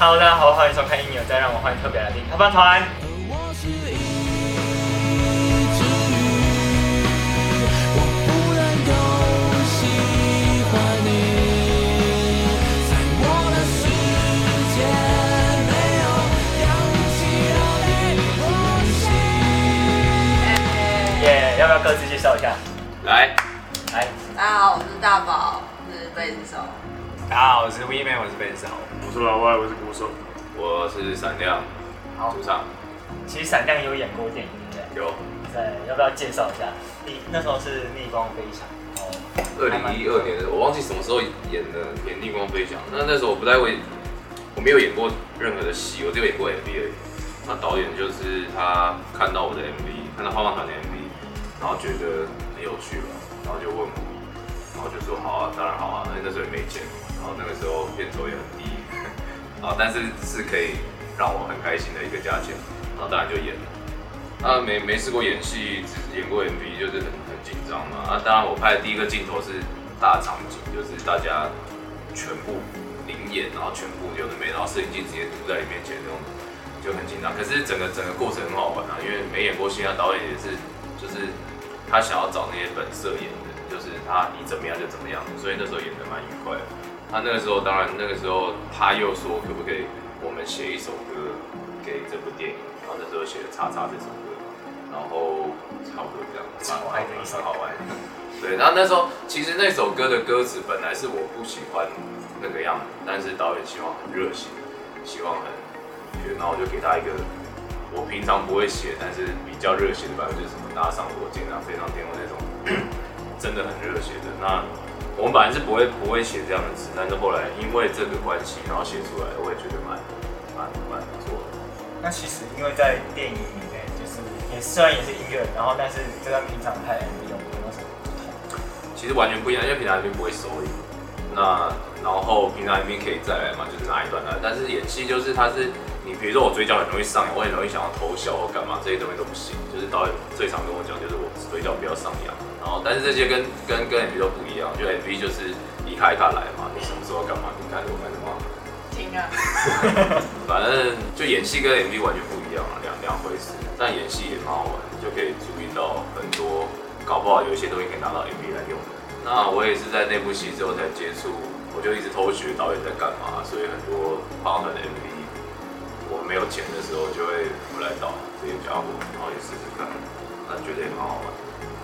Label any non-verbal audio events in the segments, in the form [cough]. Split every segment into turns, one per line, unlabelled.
Hello，大家好，欢迎收看《一秒再让我欢迎特别来宾开饭团》。
而我是一只鱼，我不能够喜欢你，在我的世界没有氧气让你呼吸。
耶、要不要各自介绍一下？
来，
来，
大家啊好，我是大宝，是贝斯手。
大家好，我是 V Man，我是贝斯手。
我是老外，我是鼓手。
我是闪亮，
好
主，唱
其实闪亮有演过电影，对不
有
对？对，要不要介绍一下？你那时候是逆光飞翔，哦，
二零一二年的，我忘记什么时候演的《演逆光飞翔》。那那时候我不太会，我没有演过任何的戏，我只有演过 MV 而已。那导演就是他看到我的 MV，看到花棒团的 MV，然后觉得很有趣吧，然后就问我，然后就说好啊，当然好啊。那那时候也没钱，然后那个时候片酬也很低， [laughs] 啊，但是是可以让我很开心的一个价钱，然后当然就演了。啊，没没试过演戏，只是演过 MV，就是很很紧张嘛。啊，当然我拍的第一个镜头是大场景，就是大家全部零演，然后全部有的没，然后摄影机直接堵在你面前那种，就很紧张。可是整个整个过程很好玩啊，因为没演过戏啊，导演也是就是他想要找那些本色演的，就是他你怎么样就怎么样，所以那时候演的蛮愉快的。他那个时候，当然那个时候他又说可不可以我们写一首歌给这部电影，然后那时候写了《叉叉》这首歌，然后差不多这样，蛮好玩的，蛮好玩的。对，然后那时候其实那首歌的歌词本来是我不喜欢那个样子，但是导演希望很热情，希望很对然后我就给他一个我平常不会写，但是比较热血的版本，就是什么搭上火箭啊、飞上天空那种，真的很热血的。那我们本来是不会不会写这样的词，但是后来因为这个关系，然后写出来，我也觉得蛮蛮蛮不错的。
那其实因为在电影里面，就是也虽然也是音乐，然后但是这跟平常拍 MV 有没有什么不同？
其实完全不一样，因为平常 MV 不会收音，那然后平常 MV 可以再来嘛，就是拿一段来。但是演戏就是它是你，比如说我嘴角很容易上扬，我很容易想要偷笑或干嘛，这些东西都不行。就是导演最常跟我讲，就是我嘴角不要上扬。然后但是这些跟跟跟 MV 都不一样，就 MV 就是你开他来嘛，你什么时候干嘛，你看着我干什么。
停 [laughs] 啊！
反正就演戏跟 MV 完全不一样啊，两两回事。但演戏也蛮好玩，就可以注意到很多，搞不好有一些东西可以拿到 MV 来用。那我也是在那部戏之后才接触，我就一直偷学导演在干嘛，所以很多棒的 MV，我没有钱的时候就会我来导这些家伙，然后也试试看，那觉得也蛮好玩。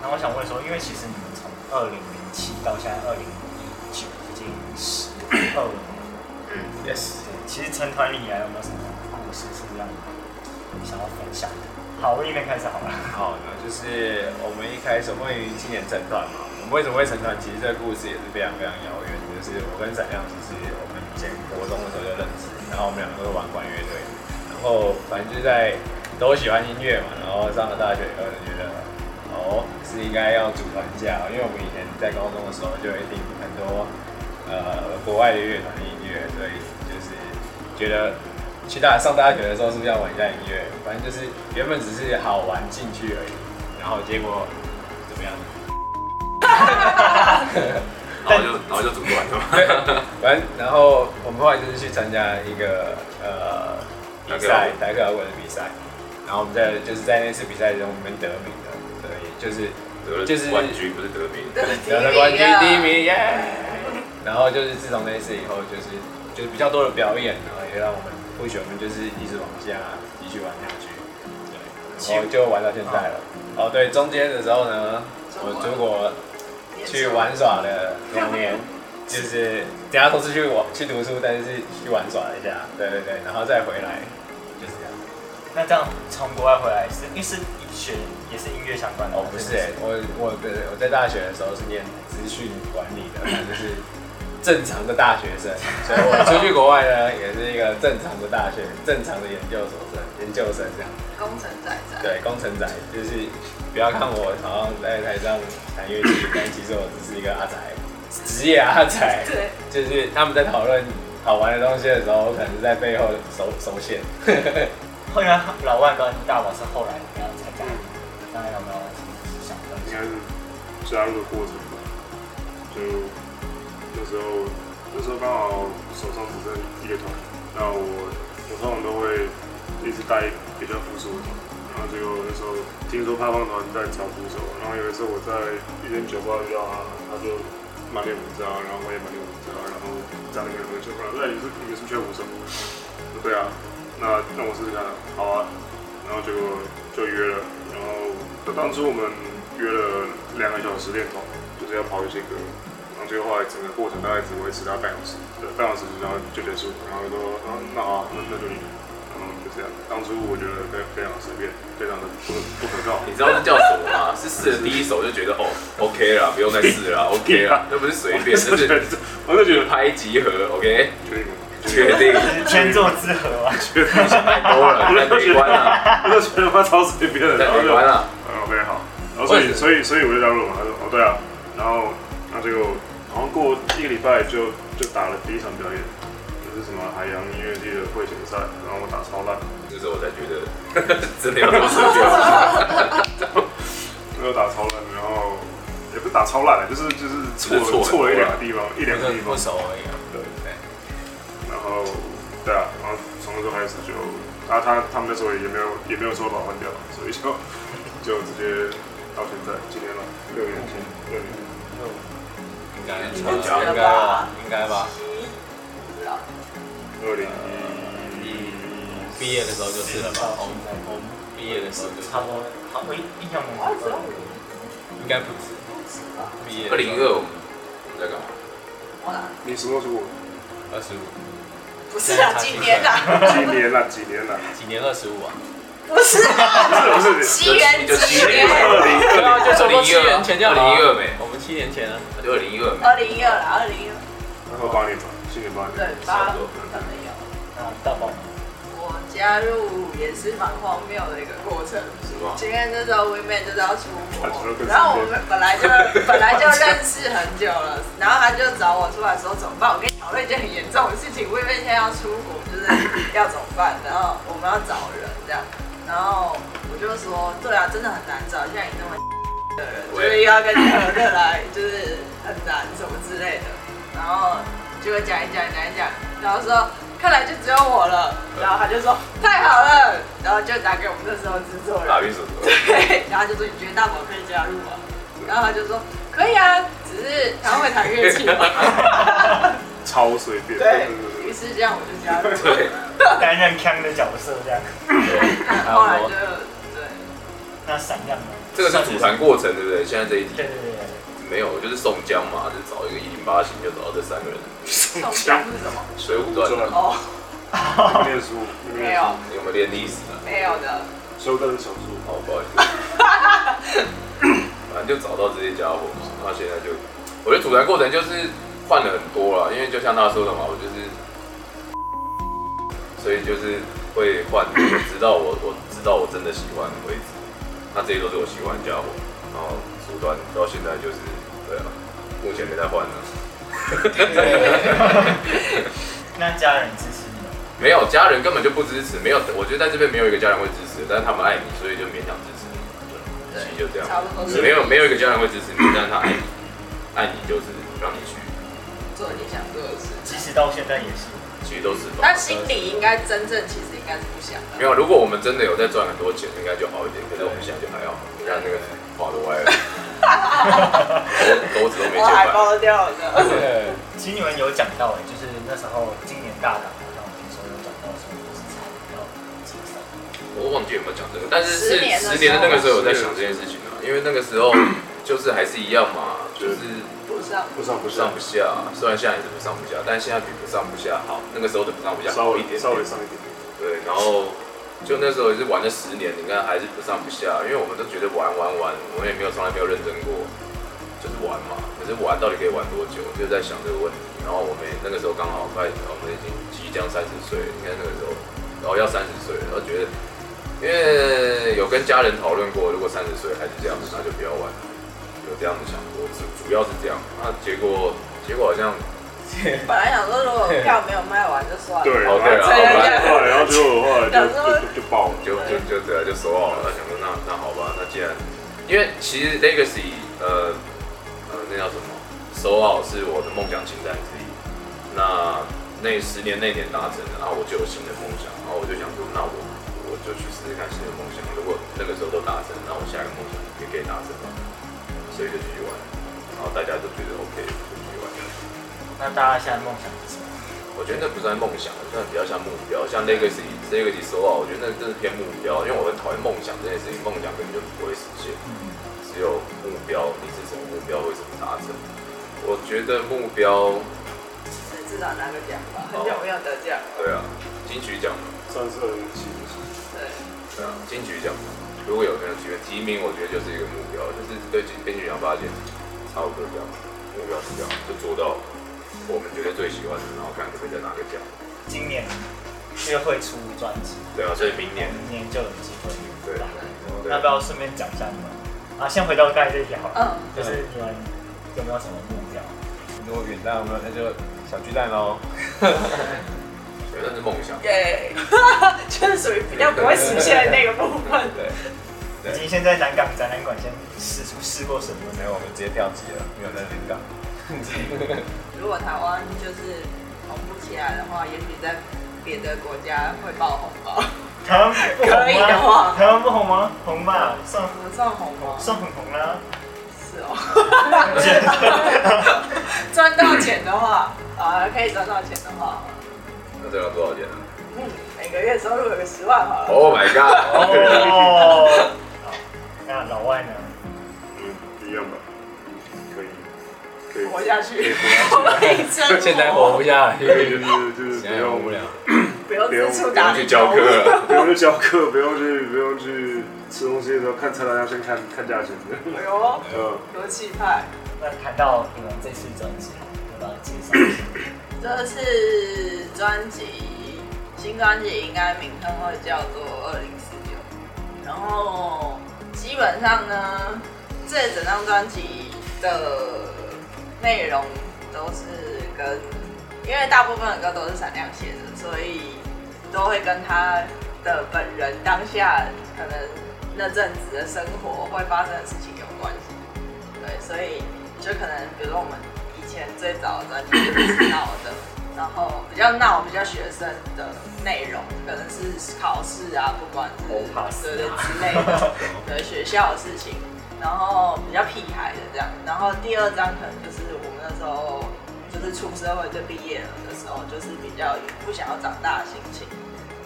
那我想问说，因为其实你们从二零零七到现在二零一九，已经十二年了。
嗯，
Yes，
对，其实成团以来有没有什么故事是让你想要分享的？好，我一边开始好了。
好呢，就是我们一开始关于今年成团嘛，我们为什么会成团？其实这个故事也是非常非常遥远，就是我跟闪亮，其实我们以前国中的时候就认识，然后我们两个都玩管乐队，然后反正就在都喜欢音乐嘛，然后上了大学以后就觉得，哦，是应该要组团架，因为我们以前在高中的时候就一定很多呃国外的乐团音乐，所以就是觉得去大上大学的时候是不是要玩一下音乐？反正就是原本只是好玩进去而已，然后结果怎么样？
然后就 [laughs] 然后就组团了嘛，
[laughs] 对，反正然后我们后来就是去参加一个呃比赛，台克摇滚的比赛，然后我们在就是在那次比赛中我们得名的，所以就是
得了
就是
冠军不是得名。
得了冠军第一名啊耶！然后就是自从那一次以后，就是就是比较多的表演，然后也让我们或许我们就是一直往下继续玩下去，对，然后就玩到现在了。哦，对，中间的时候呢，我中国去玩耍了两年，就是等下都是去玩去读书，但是去玩耍一下，对对对，然后再回来，就是这样。
那这样从国外回来是，因为是学也是音乐相关的吗。
哦，不是、欸，我我的我在大学的时候是念资讯管理的，反正就是正常的大学 [laughs] 生，所以我出去国外呢，也是一个正常的大学，正常的研究所生，研究生这样。
工程仔仔。
对，工程仔就是不要看我好像在台上弹乐器，但其实我只是一个阿仔，职业阿仔。
对，
[laughs] 就是他们在讨论好玩的东西的时候，我可能是在背后手手写。
后来老外跟大宝是后来你要参加，那有没有什么想分
应
享
该？是加入的过程吧。就那时候，那时候刚好手上只剩一个团，那我带比较附属的，然后结果那时候听说怕放团在找鼓手，然后有一次我在一间酒吧遇到他，他就满脸胡渣，然后我也满脸胡渣，然后站那边喝酒，然后那你是你是缺鼓手吗？我说对啊，那让我试试看，好啊，然后结果就约了，然后就当初我们约了两个小时练团，就是要跑一些歌。然后最后后来整个过程大概只维持到半小时，对，半小时然后就结束。然后就说，嗯、那好，那那就你，然后就这样。当初我觉得非非常随便，非常的不可不可
[laughs]
告。
你知道这叫什么 [laughs] 吗？是试了第一首就觉得哦，OK 啦，不用再试 [laughs] 了啦，OK 啦，那不是随 [laughs]
[laughs]
便，
我就觉
这
得
是，
我就觉得
拍集合，OK，
确定吗？
确定，
[laughs]
天作之合啊！
太多 [laughs] 了，太悲观了，
我就觉得他超随便的，然后
太悲
就
观了。
嗯，OK 好。然后所以所以所以我就加入了嘛，他说哦对啊，然后那结果好像过一个礼拜就就打了第一场表演，就是什么海洋音乐季的会前赛，然后我打超烂。
这时候我才觉得 [laughs] 真的要做社交，
没有打超烂，然后也不是打超烂了，就是就是错
就是错
了错了
了
一两个地方，一两个地方
不，熟而已啊。对对。
然后对啊，然后从那时候开始就，啊他他们那时候也没有也没有说把我换掉，所以就就直接到现在今天了，六年前，六年前，
应该
应
应
该
该吧，应该
啊
吧。
不知道
二零
嗯
一
毕业的时候就是了吧？
到
我
现在
们我们毕业的时候就是，
差不多，好，我印象
我
没
只有
错。
应该不止。毕业
二零二，我们在干嘛？
我哪
你什么时候出国？
二十五，
不是啊，今年啊，
几年了？几年了？
几年二十五啊？
[laughs] 不是啊，
[laughs]
不是不是，
奇缘
就七
之
年
年，
二零
对啊，就差不多七年前就好
二零
了啊
一二没，
我们七年前啊，
就二零一二
[laughs]
没，
二零一二啦，二零一二，
然后八年吧，今年八年。，
对，八可能有。
啊，大宝，
我加入也是蛮荒谬的一个过程，
是吗
前面那时候 Women 就知道出国然后我们本来就 [laughs] 本来就认识很久了，然后他就找我出来说怎么办？我跟你讨论一件很严重的事情，Women 现在要出国，就是要怎么办？然后我们要找人这样，然后我就说对啊，真的很难找，像你那么的人，就是又要跟可乐来，就是很难什么之类的，然后就会讲一讲讲一讲，然后说看来就只有我了，然后他就说太好了，然后就打给我们那时候制作人
打，运手么？ [laughs]
对，然后就说你觉得大宝可以加入吗？然后他就说可以啊，只是他会弹乐器吗。
超随便。
对
于是这样我就加入了，
对，
担任康的角色这样。
后来就对，
那闪亮呢？
这个是组团过程对不对？现在这一题
对对对对，
没有，就是宋江嘛，就找一个一零八型，就找到这三个人，
宋江是什么？
水浒传啊
哦，
念书，
没有
你有没有练历史啊？
没有的，
所以都是手术。
哦，不好意思，反正就找到这些家伙嘛，然后现在就，我觉得组团过程就是换了很多啦，因为就像他说的嘛，我就是，所以就是会换，直到我我知道我真的喜欢为止。那这些都是我喜欢的家伙，然后组团到现在就是，对啊，目前没在换了。 [laughs]
那家人支持你吗？
没有，家人根本就不支持，没有，我觉得在这边没有一个家人会支持，但是他们爱你，所以就勉强支持你，对，其实就这样，
差不多是
没有没有一个家人会支持你，但是他爱你，爱你就是让你去，
做你想做的事情。
即使到现在也是。
其实都是吧。
但心里应该真正其实应该是不想的。
没有，如果我们真的有在赚很多钱，应该就好一点，可是我们现在就还好，你看那个花都歪了，狗狗子都没
我
钱
还
买，
包掉的，
对，
其实你们有讲到哎、就是那时候今年大港，然后听说有讲到说就是差点要解散，
我忘记有没有讲这个，但是是
十年的时候
十年的那个时候有在想这件事情啊，因为那个时候就是还是一样嘛，就是。
不啊上
不上不
不上
下
不，下，虽然现在也是不上不下，但现在比不上不下好。那个时候的不上不下
稍
好
微
一点点
稍微上一点点。
对，然后就那时候也是玩了十年，你看还是不上不下，因为我们都觉得玩玩玩，我们也没有从来没有认真过，就是玩嘛。可是玩到底可以玩多久，就在想这个问题。然后我们也那个时候刚好快，我们已经即将三十岁，你看那个时候，然后要三十岁了，然后觉得，因为有跟家人讨论过，如果三十岁还是这样，那就不要玩，有这样子想过，主主要是这样。那结果结果好像
本来想说如果票没有卖完就算了，
对，
哦对啊
然后后来然后结果后来就就就就爆了。
就就就对啊，就收好了。想说那那好吧，那既然因为其实 Legacy 呃呃那叫什么收好是我的梦想清单之一。啊那那十年那年达成的，然后我就有新的梦想，然后我就想说，那我我就就去试试看新的梦想。如果那个时候都达成，那我下一个梦想也可以达成嘛，所以就继续玩。然后大家都觉得 OK，就继续玩。
那大家现在梦想是什么？
我觉得那不算梦想，那比较像目标。像 Legacy Legacy s o a 我觉得那真是偏目标，因为我很讨厌梦想这件事情，梦想根本就不会实现，只有目标，你是什么目标会怎么达成。我觉得目标，
所以至少拿个奖吧，很久没有得奖了。
对啊，金曲奖嘛，
算是二零一七年。
对，
对啊，金曲奖，如果有没有机会提名，我觉得就是一个目标，就是对金金曲奖发现差不多这样，目标是这样，就做到我们觉得最喜欢的，然后看可不可以再拿个奖。
今年就会出专辑，
对啊，所以明年，
明年就有机会。
对，啊对
要不要顺便讲一下你们？啊，先回到刚才这题好了，
嗯，
就是你们有没有什么目标？
如果远大有没有？那就小巨蛋喽。
对那是梦想。
耶，就是属于比较不会实现的那个部分。
对，对
已经先在南港展览馆先试试过什么？
没有，我们直接跳级了，没有在临港。
如果台湾就是红不起来的话，也许在别的国家会爆红吧。
台湾不红
可以的
吗？
话
台湾不红吗？红吧，算
我们算红吗？
算很红啦。
是哦。 [laughs] 赚到钱的话，啊，可以赚到钱的话，
那这要多少钱啊
嗯，每个月收入有个十万好了。
？Oh my [laughs] god！
哦，好，那老外呢？
嗯，一样吧，可以，可以，
活下去， [laughs] 我们可以生活，
现在活不下
可以
去，
就是就是
现在活
啊
不用
不了，
不用四处打
不用去教课了，
不用去教课，不用去不用去吃东西的时候看菜单要先看看价钱的，
哎呦，
嗯，
多气派！
那谈到你们这次专辑，要不要介绍一下？
这次专辑新专辑应该名称会叫做《二零四九》，然后基本上呢，这整张专辑的内容都是跟，因为大部分的歌都是闪亮写的，所以都会跟他的本人当下可能那阵子的生活会发生的事情有关系。对，所以就可能比如说我们以前最早的专辑就是闹的，然后比较闹、比较学生的内容，可能是考试啊，不管是
哦考试啊
对对之类
[laughs]
的，对学校的事情，然后比较屁孩的这样，然后第二张可能就是我们那时候就是出社会就毕业了的时候，就是比较不想要长大的心情。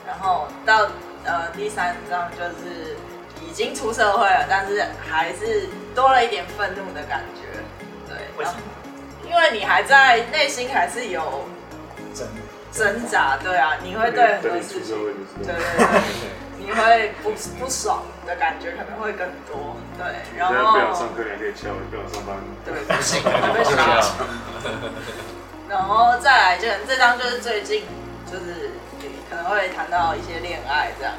然后到呃第三章就是已经出社会了，但是还是多了一点愤怒的感觉，对，
为什么？
因为你还在内心还是有
真
挣扎，对啊，你会对很多
等你
事
出
情
社，会就知
对
道。
对对，你会不不爽的感觉可能会更多，对，然
现在不
后
想上课，你还可以翘；你不想上班，
对，不行，我被打
啊
然后再来就这张就是最近就是可能会谈到一些恋爱这样，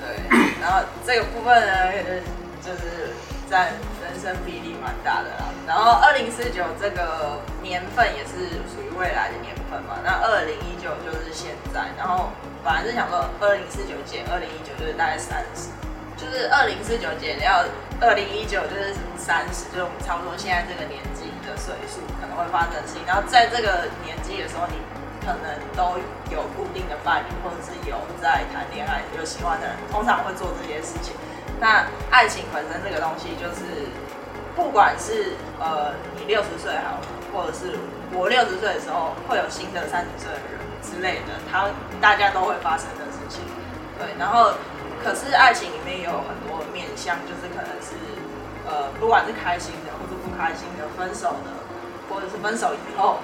对，然后这个部分呢，也就是就是占人生比例蛮大的啦。然后二零四九这个年份也是属于未来的年份嘛，那二零一九就是现在，然后本来是想说二零四九减二零一九就是大概三十。就是二零四九减掉二零一九就是三十，就是我们差不多现在这个年纪的岁数可能会发生的事情。然后在这个年纪的时候，你可能都有固定的伴侣，或者是有在谈恋爱、有喜欢的人，通常会做这些事情。那爱情本身这个东西，就是不管是呃你六十岁好了，或者是我六十岁的时候会有新的三十岁的人之类的，他大家都会发生的事情。对，然后可是爱情里面也有很多面向，就是可能是呃，不管是开心的，或者不开心的，分手的，或者是分手以后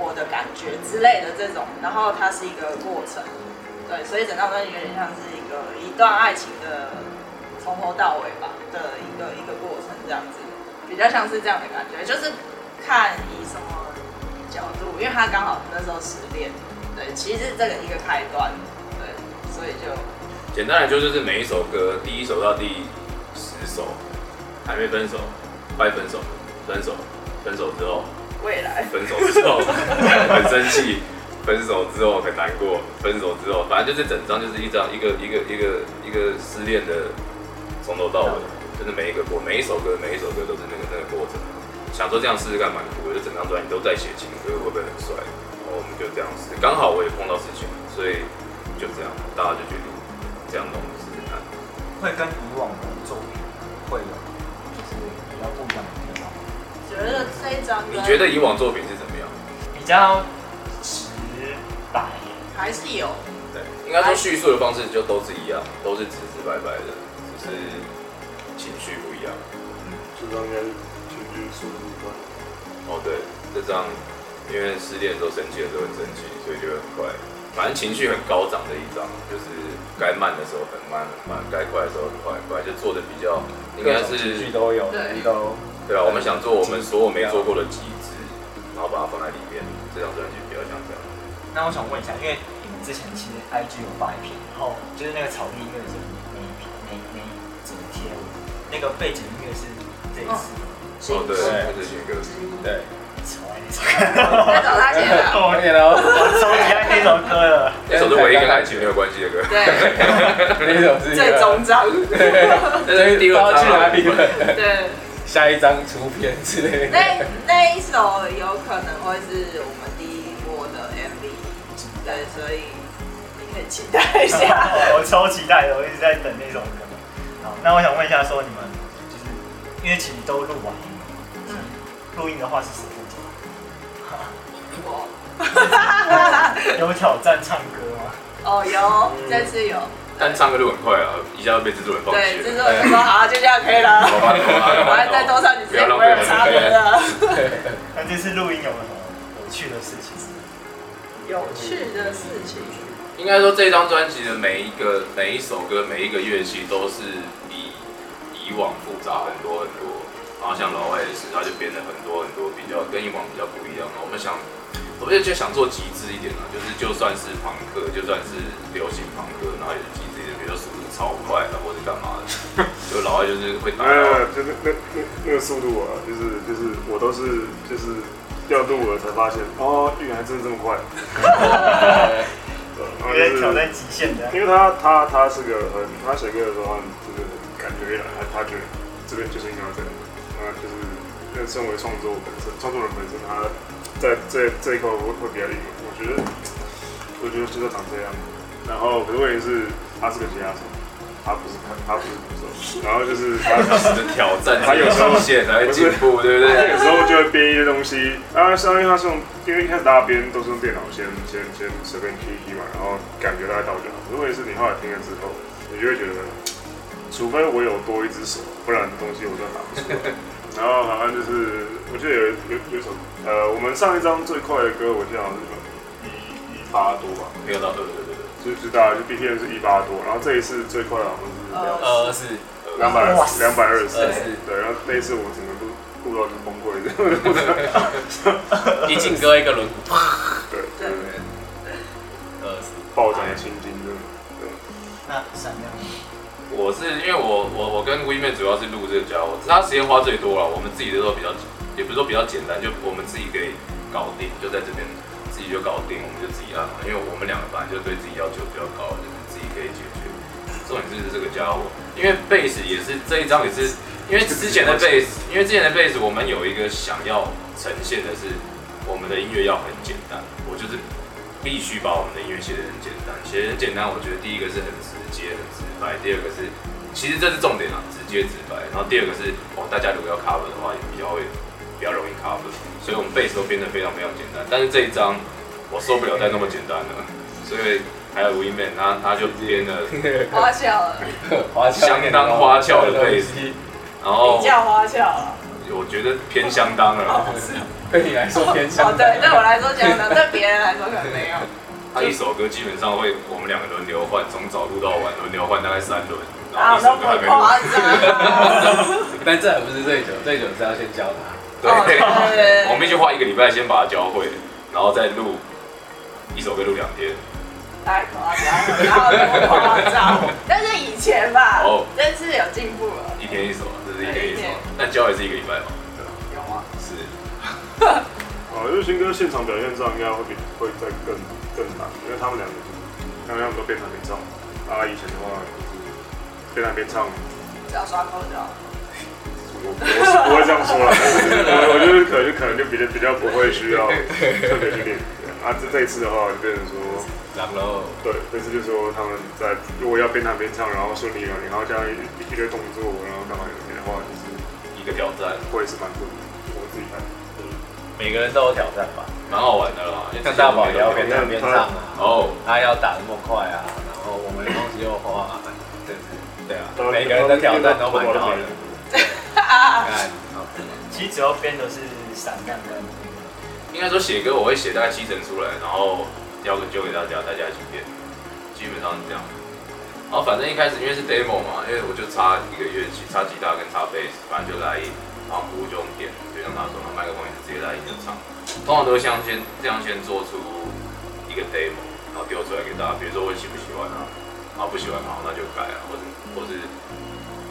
我的感觉之类的这种，然后它是一个过程，对，所以整张专辑有点像是一个一段爱情的从头到尾吧的一个一个过程这样子，比较像是这样的感觉，就是看以什么角度，因为他刚好那时候失恋，对，其实这个一个开端，对，所以就。
简单来说就是每一首歌，第一首到第十首，还没分手，快分手，分手，分手之后，
未来，
分手之后很生气，分手之后很难过，分手之后，反正就是整张就是一张一个一个一个一个失恋的从头到尾，就是每一个过每一首歌每一首歌都是那个那个过程。想说这样试试看蛮酷的，就整张专辑都在写情歌，会不会很帅？然后我们就这样试，刚好我也碰到事情，所以就这样，大家就决定这样弄，就是
会跟以往的作品会有就是比较不一样的地方，
觉得这一张
你
跟
觉得以往作品是怎么样？
比较直白。
还是有
应该说叙述的方式就都是一样，都是直直白白的，只是情绪不一样。
这张应该是情绪输入关。
哦，对，这张因为失恋的时候生气的时候很生气，所以就会很快，反正情绪很高涨的一张，就是该慢的时候很慢很慢，该快的时候很快很快，就做的比较应该
各种啊情
是
绪都有，
对
都
对啊，我们想做我们所有没做过的极致，然后把它放在里面，这张专辑比较像这样。
那我想问一下，因为你们之前其实 IG 有发一篇，然后就是那个草地音乐是每一篇每每一则贴文，那个背景音乐是这一次
哦，对，这
对
是一个
对，
超爱那首
在找他写
[laughs]
的，
后面哦，
歌，超级爱那首歌了。
那首是唯一跟爱情没有关系的歌，
对，
那首是一个
最终
[laughs]
章，
这是第二
不知道去哪里
张啊。
了，
对。
下一张出片之类的，
那那一首有可能会是我们第一波的 MV，对，所以你可以期待一下。
[laughs]
[laughs]
我超期待的，我一直在等那首歌。好，那我想问一下，说你们就是因为其实都录完音了
嗯，
录音的话是谁负责？
我
有挑战唱歌吗？
哦有，这次有，
但唱歌就很快啊，一下就被制作人放弃
对，这
了。
次我就说好，就这样可以了。
[laughs] 好吧好吧好吧
我还再多唱几
不
次，
要浪
不
费
会
我
有
的
差
时
别
间。
的。
那这次录音有没有什么有趣的事情？
[laughs] 有趣的事
[laughs]
情，
应该说这张专辑的每一个每一首歌每一个乐器都是比以往复杂很多很多，然后像老外也是，它就变得很多很多比较跟以往比较不一样了。我们想，我们就想做极致一点啊，就是就算是朋克，就算是流行朋克，然后也是极致一点，比如说速度超快啊，或者干嘛的，就老外就
嗯
是会打到
哎，就那那那那个速度啊，就是就是我都是就是要录了才发现，哦，预言还真的这么
[laughs]
快。对然后
有
就是
点挑战极限的。
因为他他他是个很，他写歌的时候，他就是感觉一来，他他觉得这边就是应该要这样，那就是因为身为创作本身，创作人本身，他在这这一块会会比较灵活。我觉得，我觉得就是要长这样。然后，可是问题是，他是个吉他手，他不是他不是鼓手，然后就是他
的挑战，
还有时候
极限才会进步，对不
那个？哎
对
时候就会编一些东西，啊，相当于他是用，因为一开始大家编都是用电脑先先先随便 P P 嘛，然后感觉大概到就好。如果是你后来听了之后，你就会觉得，除非我有多一只手，不然东西我都拿不出来。然后好像就是，我记得有有有一首，呃，我们上一张最快的歌，我记得好像是一一八多吧，
没有到二，对对对，
就是大家就 B P M 是一八多，然后这一次最快的好像是两
呃，
呃是
两百二十，两百二十四
二十，
对，然后那一次我整个都录到就崩溃的。
一进歌一个轮毂，
对，
对
就是
呃是
暴涨的青筋的，对，
那闪亮，
我是因为我我我跟 WeMan 主要是录这个家伙，他时间花最多了。我们自己的都比较，也不是说比较简单，就我们自己可以搞定，就在这边自己就搞定，我们就自己按嘛。因为我们两个本来就对自己要求比较高，就是自己可以解决。重点是这个家伙，因为贝斯也是这一张也是，因为之前的贝斯，因为之前的贝斯我们有一个想要呈现的是，我们的音乐要很简单，我就是必须把我们的音乐写得很简单。写得很简单，我觉得第一个是很直接、很直白，第二个是，其实这是重点啊，直接直白。然后第二个是，哦，大家如果要 cover 的话，也比较会比较容易 cover，所以我们 bass 都变得非常非常简单。但是这一张我受不了再那么简单了，所以还有 w e m a n 他他就编了，
花俏了，
花俏
相当花俏的贝斯然后
比较哦花俏
[laughs]
了。
我觉得偏相当了，
对你来说偏向
哦，对，对我来说讲的，对别人来说可能没有。
他一首歌基本上会我们两个轮流换，从早录到晚轮流换大概三轮，然
啊
后，一
那
首歌还
么
没录
夸张。
但这还不是醉酒，醉酒是要先教他，
对
哦对对对，
我们必须花一个礼拜先把它教会，然后再录一首歌录两天。
太夸张了，哪有那么夸张？但是以前吧
哦，
这次有进步了，
一天一首，这是一天一
一
首
天，
但教也是一个礼拜吧？啊
有吗？
是，
哦，因为新歌现场表现上应该会比会再更更难，因为他们两个就是刚刚都边弹边唱，啊，以前的话就是边弹边唱，
只要刷口罩。
我我是不会这样说啦，我我就是可能就可能就比较比较不会需要特别去练。对啊，这这一次的话就变成说，
然后
对，这次就说他们在如果要边弹边唱，然后顺利了，然后加上一一堆动作，然后干嘛有些的话，就是
一个挑战，
会是蛮不容易的，我自己看。
每个人都有挑战吧，
蛮好玩的啦。因为
像大宝也要
之前
边弹边唱啊，
哦，
他要打那么快啊，然后我们同时又花啊，对对啊，
然后
每个人的挑战都蛮高的。看好 [laughs]
其实主要编的是散弹跟那
应该说写歌我会写大概七成出来，然后要个就给大家，大家一起编，基本上是这样。然后反正一开始因为是 demo 嘛，因为我就插一个乐器，插吉他跟插贝斯，反正就来一，然后鼓就用点，就像他说的，麦克风也是直接来一就唱。通常都会像先这样先做出一个 demo，然后丢出来给大家，比如说我喜不喜欢啊，然后不喜欢好那就改啊，或者或是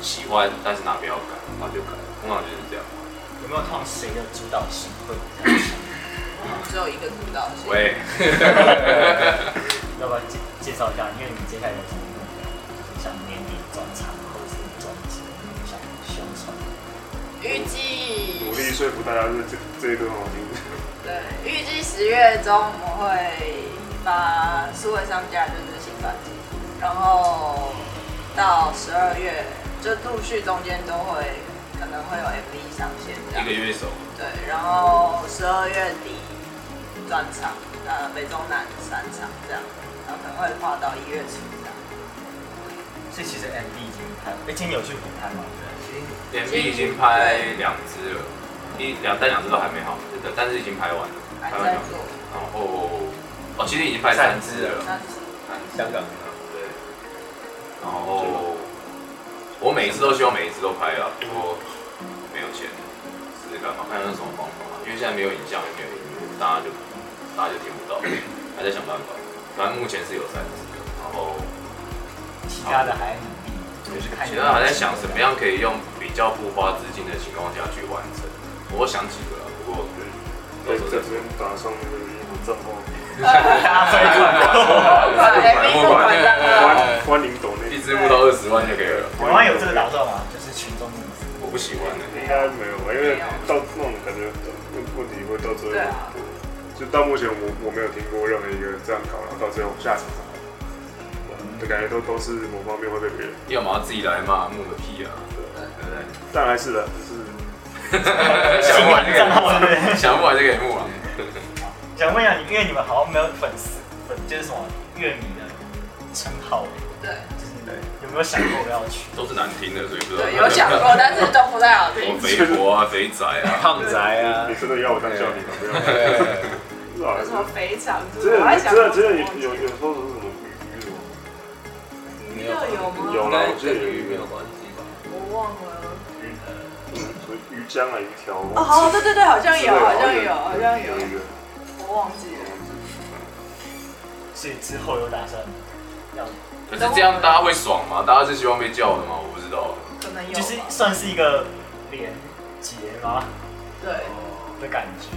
喜欢但是哪边要改，那就改，通常就是这样。
个有没有看谁的主导性会比较强？
只有一个主导性。
喂。
要不要介介绍一下？因为你接下来有什么像年底专场或者是专辑想宣传？
预计
努力说服大家是这这一段好听。
对，预计十月中我们会发数位商家就是新专辑，然后到十二月就陆续中间都会可能会有 MV 上线这样
一个。乐手，
对，然后十二月底专场，呃，北中南三场这样，然后可能会跨到一月初这样。
所以其实 MV 已经拍，哎，今天有去补拍吗？对，
MV 已经拍两支了，一两但两支都还没好，真的，但是已经拍完了，
还
拍完
在
了。
做，
然后哦，其实已经拍三支了，
但是
三支
香港
对。然后我每一次都希望每一次都拍啊，不过没有钱，试试看嘛，看有什么方法，因为现在没有影像也没有音乐，大家就大家就听不到，还在想办法。反正目前是有三支的，然后。
其他的还努 [laughs] 力，就是看
其他还在想怎么样可以用比较不花资金的情况下去完成。我想几个啊，不过
对，在这边打上那个衣服账号，
大家在
欢欢迎抖内
[laughs] 一，支募到二十万就可以了。
台湾有这个打算吗？就是群众募资。
我不喜欢的、
应该没有吧？因为到那种感觉问问题会到最
对
后
啊，
就到目前我我没有听过任何一个这样搞，然后到最后下场的感觉都都是某方面会被别人，
要么自己来嘛，募个屁啊，对不对？
但还是的，就是
[laughs] 想不完就
账号对
可
不对
以， [laughs] 想不完就可以募啊。
想问一下你，因为你们好像没有粉丝，粉就是什么乐迷的称号，
对
就是有没有想过要去？
都是难听的，所以不知道。
对有讲过，但是都不太好
什
听。
么肥婆啊、肥
[laughs]
仔啊，
胖仔啊
你，真的要我当教你吗？不要，
对，
是吧
有什么肥肠？
真
我还
的
想
真的真的有有有时候是什么鱼什么
娱乐有吗？
有啦，我记得有鱼
鱼没有关系吧？
我忘了。
鱼嗯什么鱼浆啊鱼条，
哦，好，对对对，好像
之类
有，
的
好像有，好像有
有，一个
我忘记了。
所以之后有打算要，
可是这样大家会爽吗？大家是希望被叫的吗？我不知道。
可能有吧，
就是算是一个连结吗
对，
的感觉？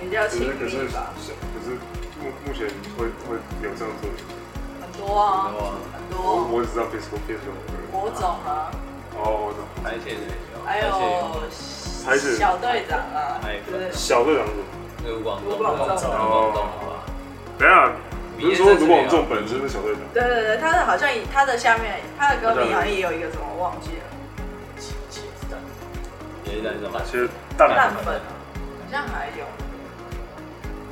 比较
可是
亲
可是
密吧，
可是目目前会会有这样做的，
很多啊，很
我
多
我只知道 Pisco Pisco，
国总啊，
哦，我懂，
拍写谁？
还有
还是
哎小队长啊
还有，
对，
小队长是什么
卢广
卢
仲，
广仲
卢广仲好吧？
等一下，不是说如果我们这种本身的小队长，
对对对，他的好像也他的下面他的歌名好像也有一个什么我忘记了，
其其实
也是在什么？
其实蛋
烂粉啊，好像还有，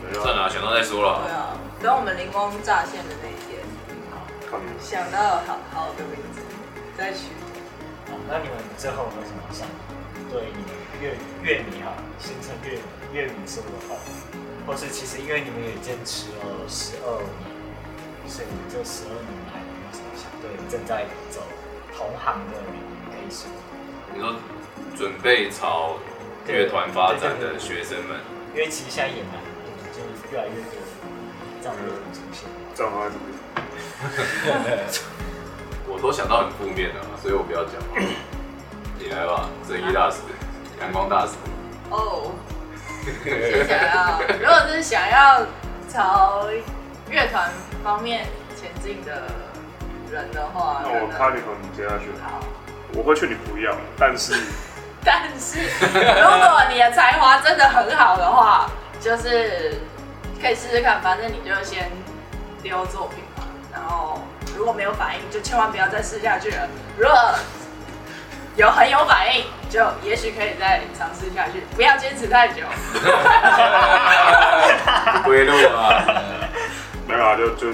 没有
算了啊，想到再说
对
了。
啊，等我们灵光乍现的那一天，
靠你们，
想到好好的名字再取，
好，哦那你们最后有什么想对你们乐乐迷哈，形成乐乐迷说的话，或是其实因为你们也坚持了十二年，所以这十二年来有没有什么想对正在走同行的人可以说？
你说准备朝乐团发展的学生们，
因为其实现在也蛮多，就是越来越多这样的人出现。
账号怎么？
我都想到很负面的嘛，所以我不要 [coughs] 讲了。你来吧，正义大使，阳光大 [laughs] 使。
哦。是想要，如果是想要朝乐团方面前进的人的话，
那我
可能
怕你和你接下去，
好。
我会劝你不要，但是
但是如果你的才华真的很好的话，就是可以试试看，反正你就先丢作品嘛，然后如果没有反应，就千万不要再试下去了。如果有很有反应，就也许可以再尝试下去，不要坚持太久。
归路啊，
没有啊，就就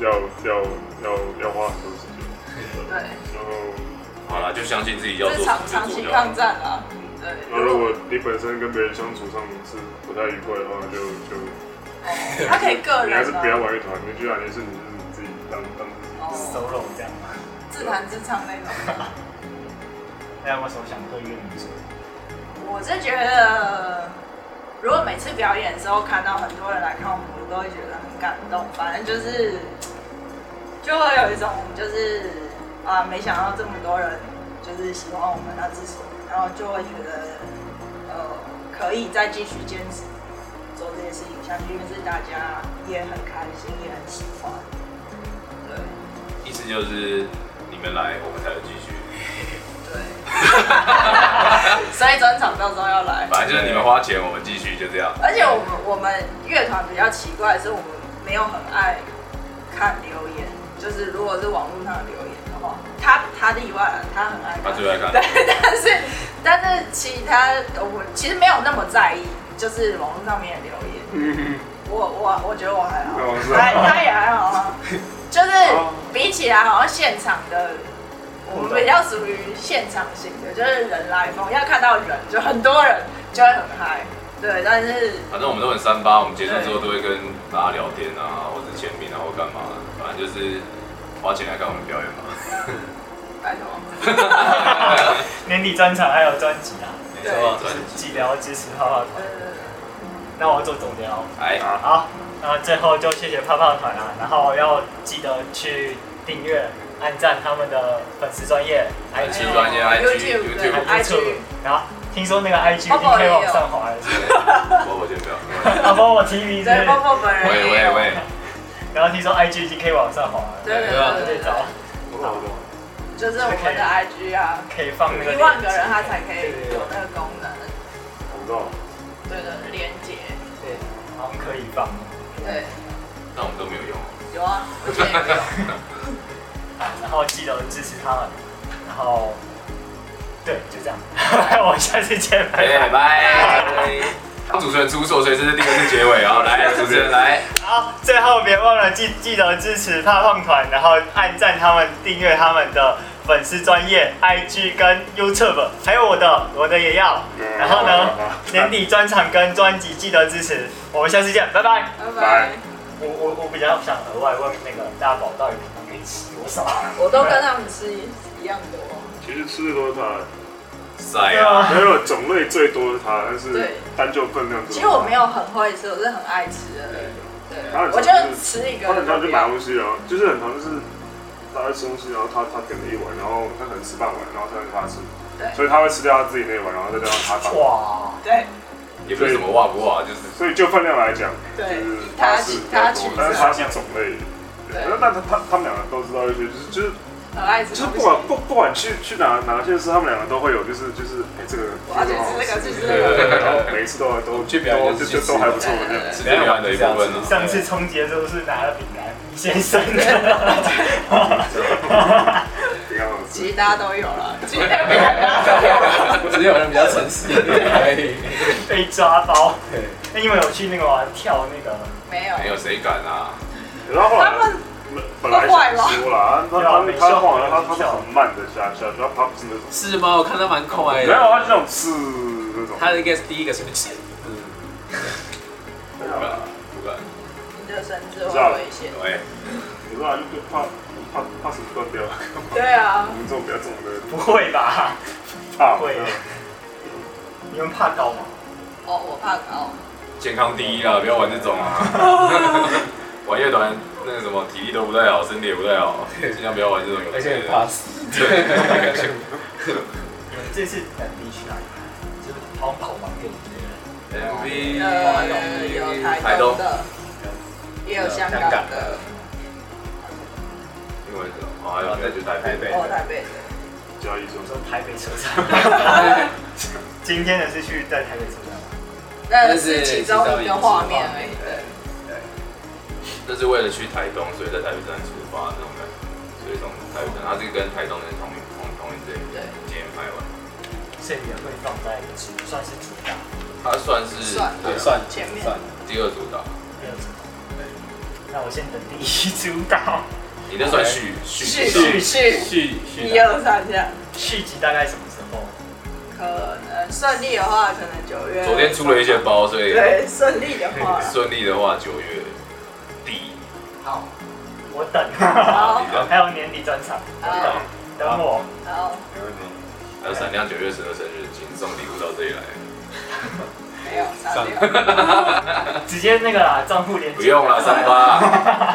要要要要花很多时间， [laughs]
对，
然后
好了，就相信自己要
这是
做什么
长
就
长
做
期
就
抗
好。
战啊。
然后如
对，
果你本身跟别人相处上是不太愉快的话，就就
他可以个
你还
人
是
啊
不，要玩乐团，你居然也是你是你自己当当自己。
哦，
solo 这样吗？
自弹自唱那种。
那有没有什么想对乐迷说？
我是觉得，如果每次表演的时候看到很多人来看我们，我都会觉得很感动。反正就是，就会有一种就是啊，没想到这么多人就是喜欢我们，那支持我们，然后就会觉得呃，可以再继续坚持做这件事情下去，因为是大家也很开心，也很喜欢。对
意思就是你们来，我们才会继续。
对，所以专场到时候要
[laughs]
来。 [laughs]
反正就是你们花钱，我们继续，就这样。
而且我们我们乐团比较奇怪的是，我们没有很爱看留言，就是如果是网络上的留言的话，他他例外了，他很爱看，
他最爱看
[laughs] 对，但是但是其他我其实没有那么在意，就是网络上面的留言，
嗯，
我我我觉得我还好，
哦是啊
他他也还好啊，就是比起来好像现场的。我们比较属于现场型的，就是人来疯，要看到人就很多人就会很嗨，对。但是
反正我们都很三八，我们结束之后都会跟大家聊天啊，或者签名啊，或干嘛的，反正就是花钱来看我们表演 [laughs] 嘛。
拜托，
[laughs]
年底专场还有专辑啊，
没
对
错，
记得要支持泡泡团。
呃，
那我要做总结哦。
哎，
好，那最后就谢谢泡泡团啊，然后要记得去订阅、按赞他们的粉丝专业、
粉丝
IG、
专业 IG
YouTube，对
YouTube，
还有 YouTube，然后听说那个 IG
泡
已经
泡
可
也
以
有
往上滑了，是不是
[laughs] 我我先不要。 [laughs]
啊，包括我 TV 是不
对，包
是，
括本人
喂
也
喂
有，
喂，
然后听说 IG 已经可以往上滑了，
对对
啊
可
对
以
对
找
对，
我懂我懂。
就是我们的 IG 啊，
可以放那个
一万个人他才可
对
以
对对
有那个功能，
广告，
对对，连接，
对，好像可以放。
对，
那我们都没有用。
有啊，我觉得也有，
啊，然后记得支持他们，然后对，就这样， [laughs] 我们下次见，拜
哎，
拜。
哎
拜。主持人出错，所以这是第二次结尾啊！来，主持人来，
好，最后别忘了记记得支持胖胖团，然后按赞他们、订阅他们的粉丝专业 IG 跟 YouTube，还有我的，我的也要。然后呢，年底专场跟专辑记得支持，我们下次见，拜拜。
[laughs] 拜拜，
我我我比较想额外问那个大宝到底平常可以吃多少？
我都跟他们吃一样哦多，
其实吃的都是它，
塞
对
啊！
啊，
没有种类最多的它，但是
对
单就分量最多。
其实我没有很会吃，我是很爱吃的，对，我就吃一个
他很常
就
去买东西啊，就是很常就是他在吃东西，然后他他点了一碗，然后他可能吃半碗，然后他让他吃，
对
所以他会吃掉他自己那一碗，然后再加上他半
哇，
碗。
对
也不是什么哇不哇，就是
所以就分量来讲，就
对
是，
他
他是
取
比
他
较
取
多，但是他是种类。
对
那那他他他们两个都知道一些，就是就是
很爱吃
就
东
是
西，
不管不不管去去哪哪些事，他们两个都会有，就是就是哎这个
我要去吃这个，去吃这个。
对，然后每一次都都
去表演
都
就是
就
去
都还不
吃
错这样。
是最喜欢的一部分啊。
上次冲击的时候是拿了饼干，米先生 [laughs] 的。
你看我吃
其实大家都有了，其实大家都有了。
我只是有人比较诚实一点而已。
被抓包。
对
那你们有去那个吗？跳那个？
没有，
没有谁敢啊！
然后后来
他们
本来想说啦，他他
对啊
他晃了，他他是很慢的下下，然后他不是那种，
是吗？我看他蛮快
没
的。
有，他是那种刺那种。
他应该是第一个是不是？
不敢，不敢。
你的绳子会危险。
哎，
你知道，就怕怕怕什么断掉，
对啊
我，们这种比较重的
不会吧？
怕。
会。你们怕高吗？
哦，我怕高。
健康第一啦，不要玩这种啊！玩乐团那个什么，体力都不太好，身体也不太好，尽量不要玩这种游戏。
而且很 [laughs] 怕死。
对，
你们这次本地去哪里？就是跑跑完给你的。
MV
呃，有台东的，也有香港的，
因为哦，还有再去台北，
哦，台北的。
加一说
我，说台北车站。 [laughs] 今天的是去在台北车站吗。
那是其中一个画面而已。对，
那是为了去台东，所以在台北站出发那种感觉，所以从台北站，它是跟台东的同一同同一队
对
今天拍完，
所以也会放在主算是主打
它算是
算
对啊
算
前面
算，
第二主导，
第二组。那我先等第一主打
你那算续续
续
续
续续，
去
一二三这样。
续集大概什么时
[laughs]
候？
可能顺利的话，可能九月。
昨天出了一些包，所以
对，顺利的
[laughs]
话啦，
顺利的话九月底，
好，我等。
好
你的
还有年底专场，我
好
等等我。
然后
没问题。
还有呃闪亮九月十二生日，请送礼物到这里来，
没有，
上
上掉。
直接那个啦，账户连接
不用了，三八。